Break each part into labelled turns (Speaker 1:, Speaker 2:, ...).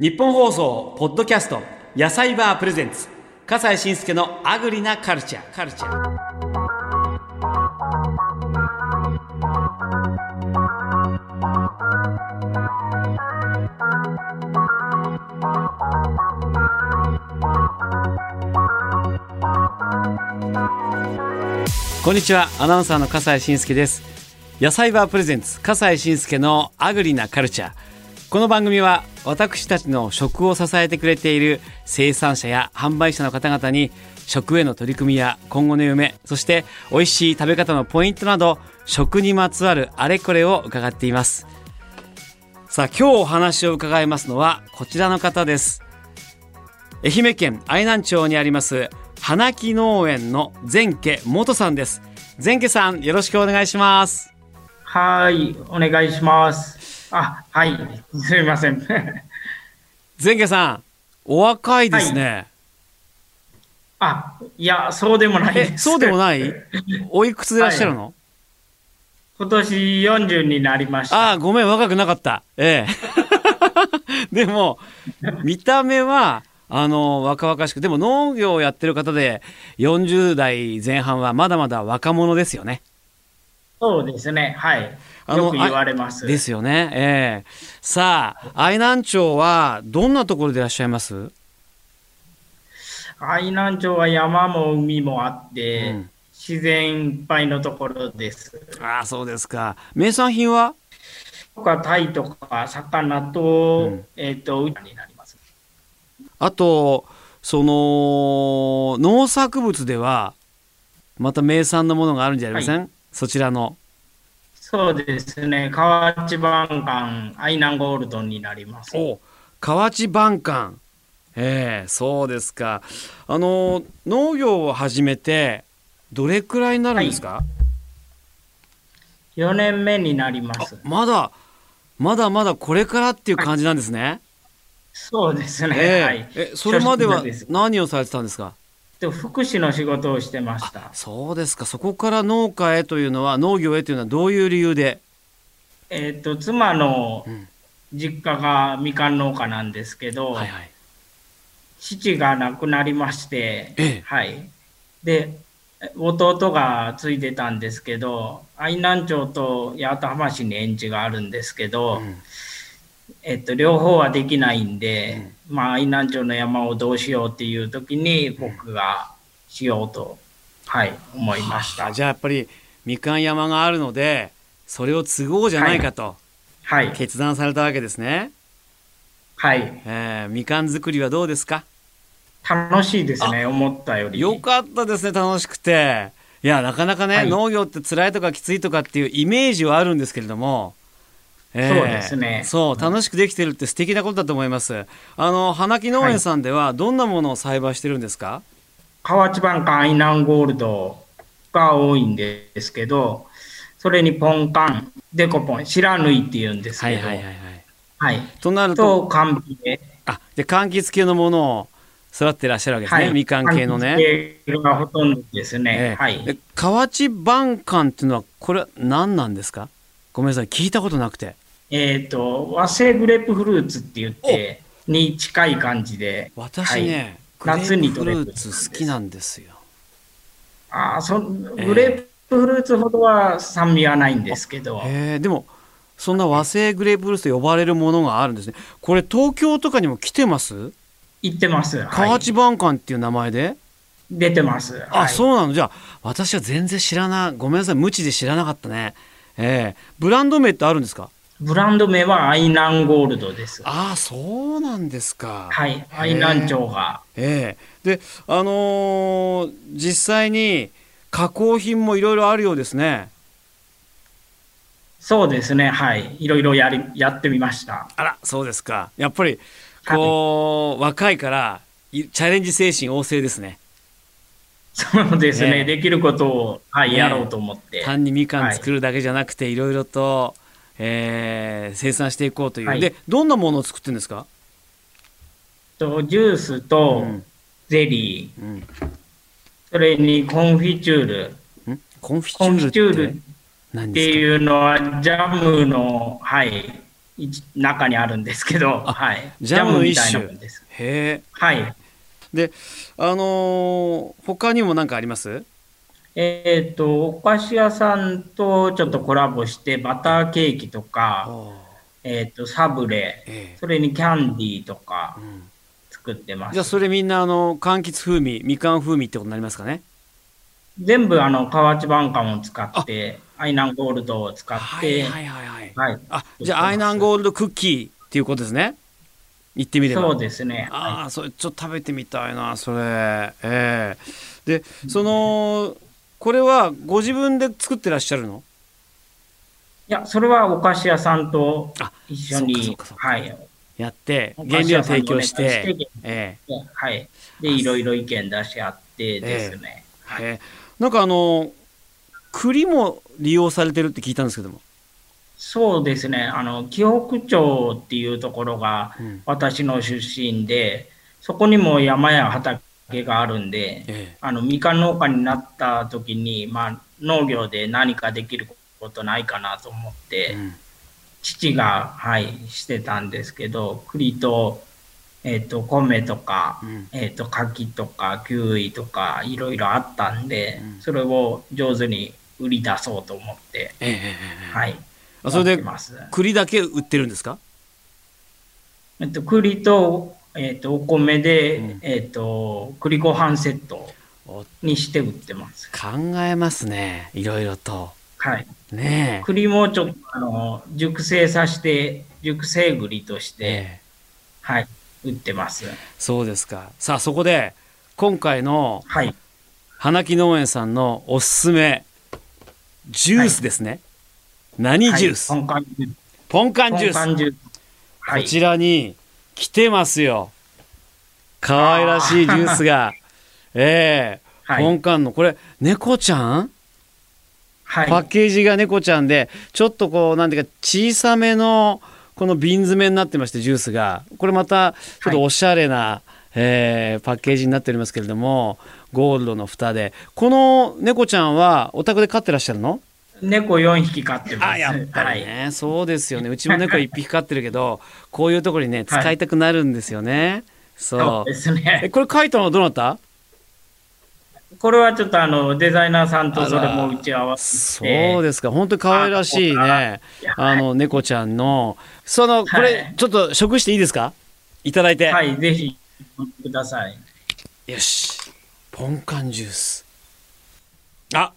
Speaker 1: 日本放送ポッドキャスト野菜バープレゼンツ笠西慎介のアグリなカルチャーカルチャーこんにちはアナウンサーの笠西慎介です野菜バープレゼンツ笠西慎介のアグリなカルチャーこの番組は私たちの食を支えてくれている生産者や販売者の方々に食への取り組みや今後の夢そして美味しい食べ方のポイントなど食にまつわるあれこれを伺っていますさあ今日お話を伺いますのはこちらの方です愛媛県愛南町にあります花木農園の前家元さんです前家さんよろしくお願いします
Speaker 2: はい、お願いします。あ、はい、すみません。
Speaker 1: 前家さんお若いですね、
Speaker 2: あ、いや、そうでもないです。
Speaker 1: え、そうでもないおいくつでいらっしゃるの、
Speaker 2: 今年40になりました。
Speaker 1: ああ、ごめん、若くなかった。ええ。 でも、見た目は、あの、若々しく、でも農業をやってる方で、40代前半はまだまだ若者ですよね。
Speaker 2: そうですね、はい。
Speaker 1: あの
Speaker 2: よく言われます。
Speaker 1: ですよね。ええ。さあ、愛南町は、どんなところでいらっしゃいます
Speaker 2: 愛南町は山も海もあって、
Speaker 1: うん
Speaker 2: 自然いっぱいのところです。
Speaker 1: ああ、そうですか。名産品は
Speaker 2: とか、タイとか、魚
Speaker 1: う
Speaker 2: と、
Speaker 1: ん
Speaker 2: えっ、と、ウニになります。
Speaker 1: あと、その、農作物では、また名産のものがあるんじゃありません、そちらの。
Speaker 2: そうですね、河内晩館、愛南ゴールドになります。
Speaker 1: お河内晩館ええそうですかあの農業を始めてどれくらいになるんですか、
Speaker 2: 4年目になります。
Speaker 1: まだまだまだこれからっていう感じなんですね、
Speaker 2: そうですね、
Speaker 1: ええ
Speaker 2: はい。
Speaker 1: えそれまでは
Speaker 2: 初心者です
Speaker 1: 何をされてたんですか
Speaker 2: で福祉の仕事をしてました。
Speaker 1: そうですかそこから農家へというのは農業へというのはどういう理由で
Speaker 2: えっ、と、妻の
Speaker 1: ん
Speaker 2: 実家がみかん農家なんですけど、
Speaker 1: はいはい
Speaker 2: 父が亡くなりまして、
Speaker 1: ええ
Speaker 2: はい。で、弟が継いでたんですけど、愛南町と八幡浜市に園地があるんですけど、
Speaker 1: うん
Speaker 2: えっと、両方はできないんで、まあ、愛南町の山をどうしようっていう時に、僕がしようと、はい、思いました
Speaker 1: あ。じゃあやっぱりみかん山があるのでそれを継ごうじゃないかと
Speaker 2: はい、
Speaker 1: 決断されたわけですね、
Speaker 2: はい。
Speaker 1: ええみかん作りはどうですか
Speaker 2: 楽しいですね、思ったより。
Speaker 1: よかったですね、楽しくて。いや、なかなかね、
Speaker 2: はい
Speaker 1: 農業って辛いとかきついとかっていうイメージはあるんですけれども、
Speaker 2: そうですね
Speaker 1: そう、楽しくできてるって素敵なことだと思います。あの、花木農園さんでは、どんなものを栽培してるんですか、
Speaker 2: 河内晩柑アイナンゴールドが多いんですけど、それにポンカン、デコポン、知らぬいって言うんです
Speaker 1: は
Speaker 2: け
Speaker 1: い、
Speaker 2: ど、
Speaker 1: はいはいはい。
Speaker 2: はい
Speaker 1: となると、
Speaker 2: と、カンピで、
Speaker 1: あ、で、柑橘系のものを育ってらっしゃるわけですね、みかん系の
Speaker 2: 柑
Speaker 1: ね。
Speaker 2: 橘系がほとんどですね。は
Speaker 1: ええ
Speaker 2: い。
Speaker 1: で河内晩柑っていうのは、これは何なんですかごめんなさい、聞いたことなくて。
Speaker 2: えっ、と、和製グレープフルーツって言って、に近い感じで、
Speaker 1: 私ね、
Speaker 2: はい
Speaker 1: グレープフ
Speaker 2: 夏に取れ
Speaker 1: ル
Speaker 2: る
Speaker 1: ーツ好きなんですよ。
Speaker 2: はい、あーそ
Speaker 1: ええ
Speaker 2: グレープフルーツほどは酸味はないんですけど、
Speaker 1: へえでもそんな和製グレープフルーツと呼ばれるものがあるんですねこれ東京とかにも来てます
Speaker 2: 言ってます。はい
Speaker 1: 河内晩館っていう名前で、
Speaker 2: 出てます。
Speaker 1: あ、
Speaker 2: はい
Speaker 1: そうなのじゃあ私は全然知らないごめんなさい無知で知らなかったねええブランド名ってあるんですか
Speaker 2: ブランド名はアイナンゴールドです。
Speaker 1: ああそうなんですか
Speaker 2: はい、愛南町が。
Speaker 1: ええであのー実際に加工品もいろいろあるようですね
Speaker 2: そうですね、はい。いろいろやりやってみました。
Speaker 1: あらそうですかやっぱりこう、若いからいチャレンジ精神旺盛ですね
Speaker 2: そうですね、
Speaker 1: ね
Speaker 2: できることを、はい、
Speaker 1: ね
Speaker 2: やろうと思って。
Speaker 1: 単にみかん作るだけじゃなくて、いろいろと、えー生産していこうという、
Speaker 2: はい
Speaker 1: でどんなものを作ってるんですか、
Speaker 2: とジュースと
Speaker 1: うん
Speaker 2: ゼリー、
Speaker 1: うん、
Speaker 2: それにコンフィチュール。
Speaker 1: んコンフィチ
Speaker 2: コンフィチ
Speaker 1: ュ
Speaker 2: ュ
Speaker 1: ールっ
Speaker 2: ール
Speaker 1: て
Speaker 2: っ
Speaker 1: 何
Speaker 2: て
Speaker 1: ですか
Speaker 2: いうのはジャムの、はい、い中にあるんですけど、
Speaker 1: あ
Speaker 2: はい、
Speaker 1: ジャムの一種
Speaker 2: もんです。
Speaker 1: へえ
Speaker 2: はい。
Speaker 1: であのー他にも何かあります
Speaker 2: えっ、と、お菓子屋さんとちょっとコラボして、バターケーキとか、えっ、と、サブレ、
Speaker 1: ええ
Speaker 2: それにキャンディーとか
Speaker 1: うん
Speaker 2: 作ってま
Speaker 1: じゃあ
Speaker 2: す。
Speaker 1: それみんなあの柑橘風味みかん風味ってことになりますかね
Speaker 2: 全部、あの、河内晩柑を使って、アイナンゴールドを使っ
Speaker 1: はい
Speaker 2: て、
Speaker 1: はいはいはい
Speaker 2: はい。
Speaker 1: あじゃあアイナンゴールドクッキーっていうことですね言ってみれば
Speaker 2: そうですね。
Speaker 1: ああそれちょっと食べてみたいなそれええでそのこれはご自分で作ってらっしゃるの
Speaker 2: いや、それはお菓子屋さんと
Speaker 1: あ
Speaker 2: 一緒
Speaker 1: そう
Speaker 2: に
Speaker 1: かそうかそう、か
Speaker 2: はい。
Speaker 1: やって
Speaker 2: お
Speaker 1: 原
Speaker 2: 菓子
Speaker 1: 料
Speaker 2: 屋さん
Speaker 1: 提
Speaker 2: にお
Speaker 1: 供
Speaker 2: 願い
Speaker 1: し
Speaker 2: して
Speaker 1: てえ
Speaker 2: ではい。で、いろいろ意見出し合ってですね。
Speaker 1: えええなんかあの栗も利用されてるって聞いたんですけども、
Speaker 2: そうですね。あの、紀北町っていうところが
Speaker 1: うん
Speaker 2: 私の出身で、そこにも山や畑があるんで、
Speaker 1: え
Speaker 2: あの、みかん農家になった時に、まあ、農業で何かできることないかなと思っ
Speaker 1: え
Speaker 2: て、
Speaker 1: うん
Speaker 2: 父が、はい、してたんですけど、栗と、えっと、米とか、
Speaker 1: うん
Speaker 2: えっと、柿とか、キウイとか、いろいろあったんで
Speaker 1: うん、
Speaker 2: それを上手に売り出そうと思って、
Speaker 1: えええええ
Speaker 2: はい。
Speaker 1: あそれで
Speaker 2: やってます
Speaker 1: え栗だけ売ってるんですか
Speaker 2: えっと、栗と、えっと、お米で、
Speaker 1: うん
Speaker 2: えっと、栗ご飯セット
Speaker 1: お
Speaker 2: にして売ってます。
Speaker 1: 考えますねいろいろと
Speaker 2: はい。
Speaker 1: ねえ
Speaker 2: 栗もちょっと、あの、熟成させて、熟成栗として、
Speaker 1: え
Speaker 2: はい、売ってます。
Speaker 1: えそうですかさあそこで今回の
Speaker 2: はい。
Speaker 1: 花木農園さんのおすすめジュースですね、何ジュース、
Speaker 2: はいポンカンジュース。
Speaker 1: ポンカンジュ
Speaker 2: ポンカ
Speaker 1: ース
Speaker 2: ンジュース。は
Speaker 1: こ
Speaker 2: い。
Speaker 1: ちらに来てますよ可愛らしいジュー スがええ
Speaker 2: はい
Speaker 1: ポンカンのこれ猫ちゃん
Speaker 2: はい。
Speaker 1: パッケージが猫ちゃんでちょっとこうなんていうか小さめのこの瓶詰めになってましてジュースがこれまたちょっとおしゃれな、えーパッケージになっておりますけれどもゴールドの蓋でこの猫ちゃんはお宅で飼ってらっしゃるの
Speaker 2: 猫4匹飼ってます。
Speaker 1: あやっぱり
Speaker 2: はい
Speaker 1: ね、そうですよねうちも猫1匹飼ってるけどこういうところにね使いたくなるんですよね、
Speaker 2: そ
Speaker 1: そうう
Speaker 2: です
Speaker 1: え
Speaker 2: ね。
Speaker 1: これ書いたのはどなた
Speaker 2: これはちょっとあのデザイナーさんとそれ
Speaker 1: あら
Speaker 2: も打ち合わせ
Speaker 1: そ
Speaker 2: て、
Speaker 1: うですか本当に可愛らしいねあの猫ちゃんのそのこ
Speaker 2: は
Speaker 1: れ
Speaker 2: い
Speaker 1: ちょっと食していいですかいただいて、
Speaker 2: はい、ぜひ飲んでください。
Speaker 1: よしポンカンジュースあ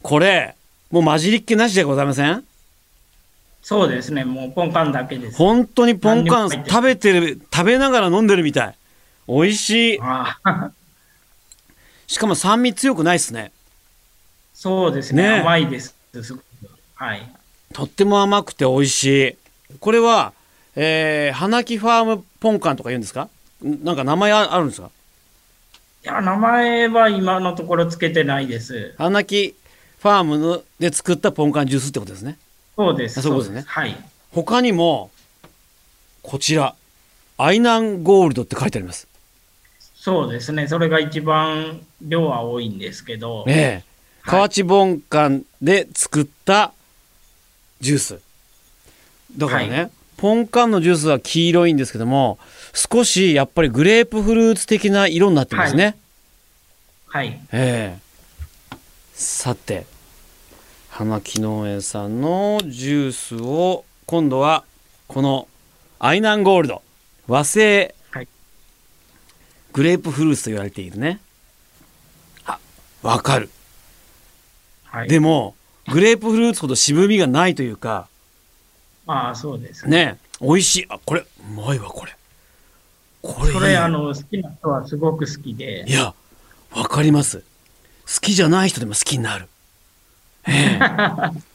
Speaker 1: これもう混じりっ気なしでございません
Speaker 2: そうですね、もうポンカンだけです。
Speaker 1: 本当にポンカン
Speaker 2: 何にも入ってない
Speaker 1: 食べてる食べながら飲んでるみたい美味しい
Speaker 2: ああ
Speaker 1: しかも酸味強くないですね
Speaker 2: そうですね、
Speaker 1: ねえ
Speaker 2: 甘いです。すごくはい。
Speaker 1: とっても甘くて美味しいこれは、えー、花木ファームポンカンとか言うんですかんなんか名前ああるんですか
Speaker 2: いや、名前は今のところつけてないです。
Speaker 1: 花木ファームので作ったポンカンジュースってことですね
Speaker 2: そうです。
Speaker 1: あそういうことね
Speaker 2: はい。
Speaker 1: 他にもこちらアイナンゴールドって書いてあります
Speaker 2: そうですね、それが一番量は多いんですけど、
Speaker 1: ええ河内ボンカンで作ったジュースだからね、
Speaker 2: は
Speaker 1: ポンカンのジュースは黄色いんですけども少しやっぱりグレープフルーツ的な色になってますね、
Speaker 2: はい。
Speaker 1: ええさて花木農園さんのジュースを今度はこのアイナンゴールド和製
Speaker 2: はい
Speaker 1: グレープフルーツと言われているねあわかる
Speaker 2: はい、
Speaker 1: でもグレープフルーツほど渋みがないというか
Speaker 2: まあ、そうですね。
Speaker 1: ね美味しいあこれうまいわこれこれいい
Speaker 2: それ、あの、好きな人はすごく好きで
Speaker 1: い、やわかります好きじゃない人でも好きになる、ええ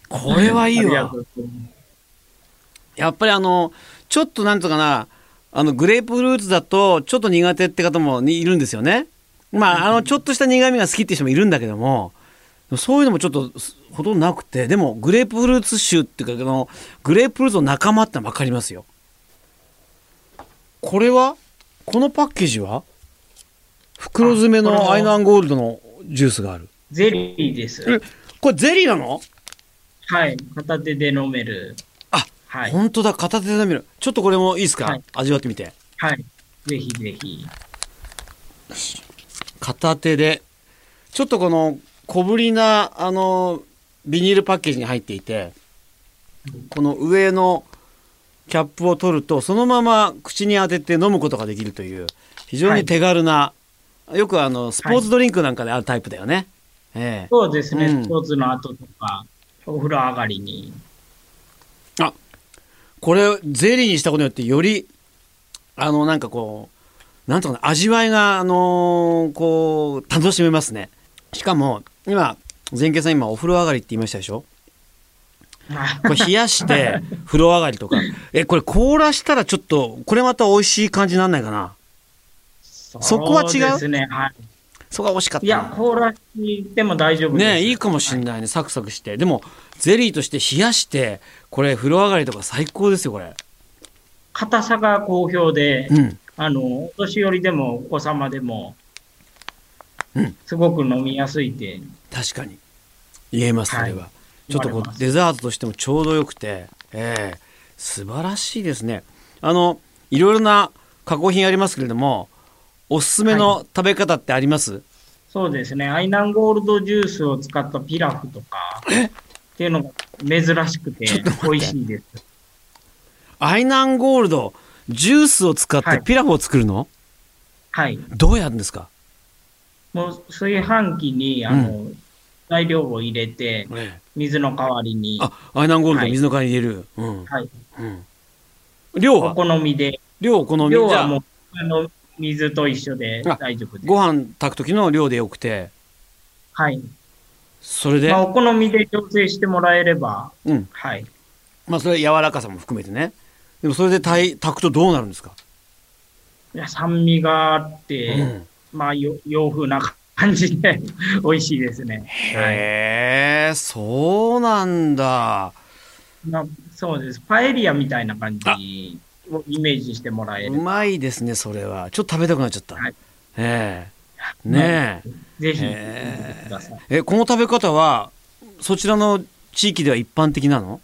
Speaker 1: これはいい
Speaker 2: ありが
Speaker 1: わ
Speaker 2: とうございます
Speaker 1: やっぱりあのちょっとなんとかなあのグレープフルーツだとちょっと苦手って方もにいるんですよねまああのちょっとした苦味が好きって人もいるんだけどもそういうのもちょっとすほとんどなくてでもグレープフルーツ種っていうかあのグレープフルーツの仲間ってのは分かりますよこれはこのパッケージは袋詰め
Speaker 2: あこれ
Speaker 1: の
Speaker 2: は
Speaker 1: アイナンゴールドのジュースがある
Speaker 2: ゼリーで
Speaker 1: え
Speaker 2: す。
Speaker 1: これゼリーなの
Speaker 2: はい。片手で飲める。
Speaker 1: あ
Speaker 2: はい。
Speaker 1: 本当だ、片手で舐める。ちょっとこれもいいですか、
Speaker 2: はい
Speaker 1: 味わってみて。
Speaker 2: はい。ぜひぜひ。
Speaker 1: 片手で、ちょっとこの小ぶりな、あの、ビニールパッケージに入っていて、この上のキャップを取ると、そのまま口に当てて飲むことができるという、非常に手軽な、よくあの、スポーツドリンクなんかであるタイプだよね。え
Speaker 2: そうですね、
Speaker 1: うん
Speaker 2: スポーツの後とか、お風呂上がりに。
Speaker 1: えあ、これ、ゼリーにしたことによって、より、あの、なんかこう、なんとかな、味わいが、あのーこう、楽しめますね。しかも、今、前家さん今、お風呂上がりって言いましたでしょ
Speaker 2: あ
Speaker 1: これ冷や して風呂上がりとか。え、これ凍らしたらちょっと、これまた美味しい感じになんないかな。
Speaker 2: そ
Speaker 1: こは違う
Speaker 2: ですね、はい。
Speaker 1: そこが美味しかった
Speaker 2: い
Speaker 1: な。
Speaker 2: や、凍らしても大丈夫です。
Speaker 1: ねいいかもしんないね、サクサクして。でも、ゼリーとして冷やして、これ風呂上がりとか最高ですよ、これ。
Speaker 2: 硬さが好評で、
Speaker 1: うん。
Speaker 2: あの、お年寄りでもお子様でも、
Speaker 1: うん
Speaker 2: すごく飲みやすいって、
Speaker 1: 確かに。言えます、それは。
Speaker 2: は
Speaker 1: ちょっとこ
Speaker 2: 言われま
Speaker 1: う、
Speaker 2: す
Speaker 1: デザートとしてもちょうどよくて、ええ素晴らしいですね。あの、いろいろな加工品ありますけれども、おすすめの食べ方ってあります、
Speaker 2: そうですね、アイナンゴールドジュースを使ったピラフとか、っていうのが珍しくて
Speaker 1: ちょっと待って
Speaker 2: 美味しいです。
Speaker 1: アイナンゴールド、ジュースを使っ
Speaker 2: は
Speaker 1: て
Speaker 2: い
Speaker 1: ピラフを作るの、
Speaker 2: はい。
Speaker 1: どうやるんですか、
Speaker 2: もう炊飯器に、あの、材料を入れて、水の代わりに、
Speaker 1: あ、アイナンゴールド、
Speaker 2: はい
Speaker 1: 水の代わりに入れる。うん。
Speaker 2: はい。
Speaker 1: うん量
Speaker 2: お
Speaker 1: は
Speaker 2: 好みで、
Speaker 1: 量お好み
Speaker 2: 量
Speaker 1: じ
Speaker 2: は
Speaker 1: ゃ
Speaker 2: も
Speaker 1: あ
Speaker 2: う、あの、水と一緒で
Speaker 1: あ
Speaker 2: 大丈夫です。
Speaker 1: ご飯炊く時の量でよくて、
Speaker 2: はい。
Speaker 1: それで、
Speaker 2: まあ、お好みで調整してもらえれば、
Speaker 1: うん。
Speaker 2: はい。
Speaker 1: まあ、それ柔らかさも含めてね。でも、それで炊い炊くとどうなるんですか、
Speaker 2: いや酸味があって、
Speaker 1: うん
Speaker 2: まあよ洋風な感じで 美味しいですね。はい
Speaker 1: へえ、そうなんだ。
Speaker 2: まあ、そうです。パエリアみたいな感じをイメージしてもらえ
Speaker 1: う
Speaker 2: る。
Speaker 1: まいですね、それは。ちょっと食べたくなっちゃった。
Speaker 2: はい
Speaker 1: ええねえ。
Speaker 2: ぜひ、
Speaker 1: へ
Speaker 2: ください。
Speaker 1: え、この食べ方は、そちらの地域では一般的なの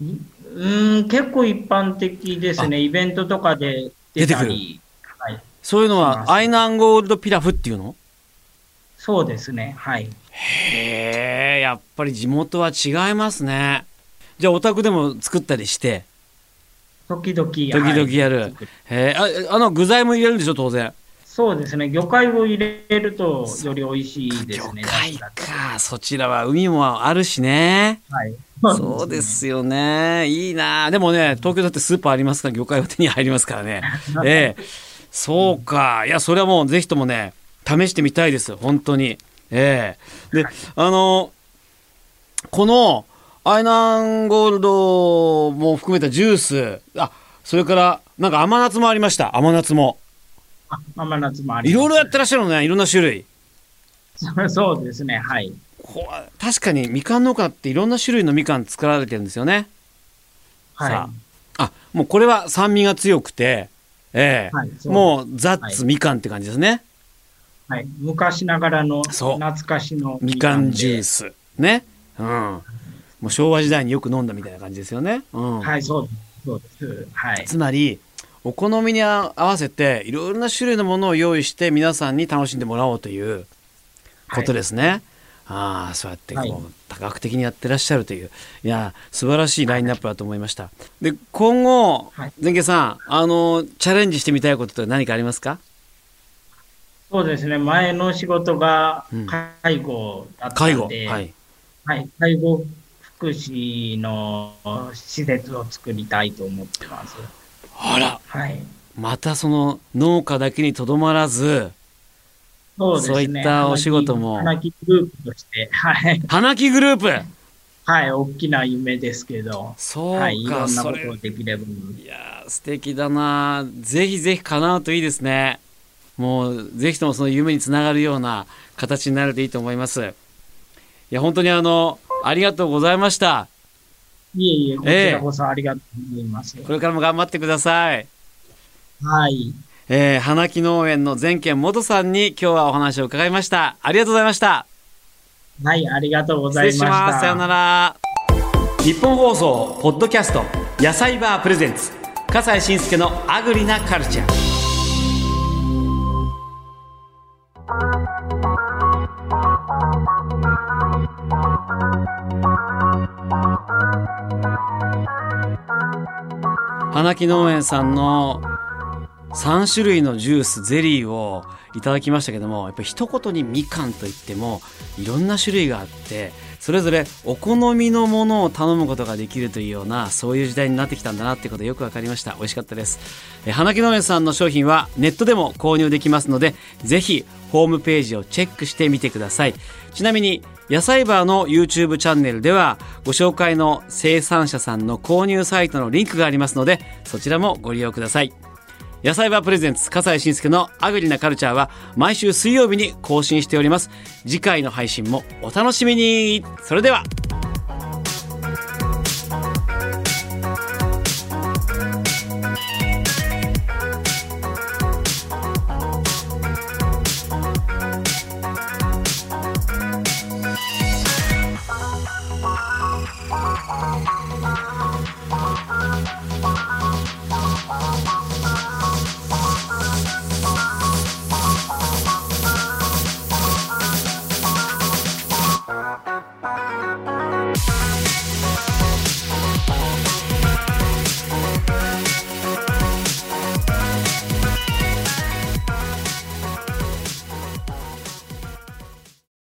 Speaker 2: うーん、結構一般的ですね。イベントとかで出たり。はい。
Speaker 1: そういうの
Speaker 2: そうなん
Speaker 1: は、
Speaker 2: ですよ
Speaker 1: アイナンゴールドピラフっていうの
Speaker 2: そうですね。はい。
Speaker 1: へえ、やっぱり地元は違いますね。じゃあ、お宅でも作ったりして、
Speaker 2: 時々。時
Speaker 1: 時々やる。へえ、ああの、具材も入れるんでしょ、当然。
Speaker 2: そうですね。魚介を入れるとより美味しいです
Speaker 1: 魚
Speaker 2: ね。
Speaker 1: 介
Speaker 2: だしだ
Speaker 1: か。そちらは海もあるしね。
Speaker 2: とはい。
Speaker 1: そうですよね。いいな。でもね、東京だってスーパーありますから、魚介は手に入りますから ね。ええ。そうか。いや、それはもうぜひともね、試してみたいです。本当に。ええ。で、あの、この、アイナンゴールドも含めたジュース、あ、それから、なんか甘夏もありました。甘夏も。
Speaker 2: あ甘夏もあり
Speaker 1: い
Speaker 2: ます
Speaker 1: ろいろやってらっしゃるのね。いろんな種類。
Speaker 2: そう そうですね。はい。
Speaker 1: こわ確かにみかん農家っていろんな種類のみかん作られてるんですよね。
Speaker 2: は
Speaker 1: さああもうこれは酸味が強くて、ええ
Speaker 2: はいそう
Speaker 1: もうザッツ
Speaker 2: は
Speaker 1: みかんって感じですね、
Speaker 2: い。はい。昔ながらの
Speaker 1: そう
Speaker 2: 懐かしの
Speaker 1: みかんジュー
Speaker 2: ス。
Speaker 1: スねうんもう昭和時代によく飲んだみたいな感じですよね、うん
Speaker 2: はい、そうです。そうです。はい。
Speaker 1: つまりお好みに合わせていろんな種類のものを用意して皆さんに楽しんでもらおうということですね、ああそうやってこう、
Speaker 2: はい
Speaker 1: 多角的にやってらっしゃるといういや素晴らしいラインナップだと思いましたで今後
Speaker 2: はい
Speaker 1: 前家さんあのチャレンジしてみたいことって何かありますか
Speaker 2: そうですね。前の仕事が
Speaker 1: うん
Speaker 2: 介護だった
Speaker 1: 介護
Speaker 2: ので、
Speaker 1: はい
Speaker 2: はい。介護福祉の施設を作りたいと思ってます。
Speaker 1: あら
Speaker 2: はい。
Speaker 1: またその農家だけにとどまらず
Speaker 2: そうですね。
Speaker 1: そういったお仕事も
Speaker 2: 花木グループとして、はい。
Speaker 1: 花木グループ
Speaker 2: はい。大きな夢ですけど、
Speaker 1: そうか、
Speaker 2: はい。いろんな
Speaker 1: そ
Speaker 2: こ
Speaker 1: れ
Speaker 2: とをできれば。
Speaker 1: いやー素敵だなぜひぜひ叶うといいですねもうぜひともその夢につながるような形になるといいと思いますいや本当にあのありがとうございました
Speaker 2: いえいえ、こ
Speaker 1: え
Speaker 2: ち
Speaker 1: え
Speaker 2: らこそありがとうございます。
Speaker 1: これからも頑張ってください、
Speaker 2: はい。
Speaker 1: えー、花木農園の全県元さんに今日はお話を伺いましたありがとうございました
Speaker 2: はい、ありがとうご
Speaker 1: 失
Speaker 2: ざい
Speaker 1: 礼
Speaker 2: まし。
Speaker 1: したますさようなら日本放送ポッドキャスト野菜バープレゼンツ笠西慎介のアグリなカルチャー花木農園さんの3種類のジュースゼリーをいただきましたけどもやっぱ一言にみかんといってもいろんな種類があってそれぞれお好みのものを頼むことができるというようなそういう時代になってきたんだなってことよく分かりました美味しかったですえ花木農園さんの商品はネットでも購入できますのでぜひホームページをチェックしてみてくださいちなみに野菜バーの YouTube チャンネルではご紹介の生産者さんの購入サイトのリンクがありますのでそちらもご利用ください野菜バープレゼンツ笠西慎介のアグリなカルチャーは毎週水曜日に更新しております次回の配信もお楽しみにそれでは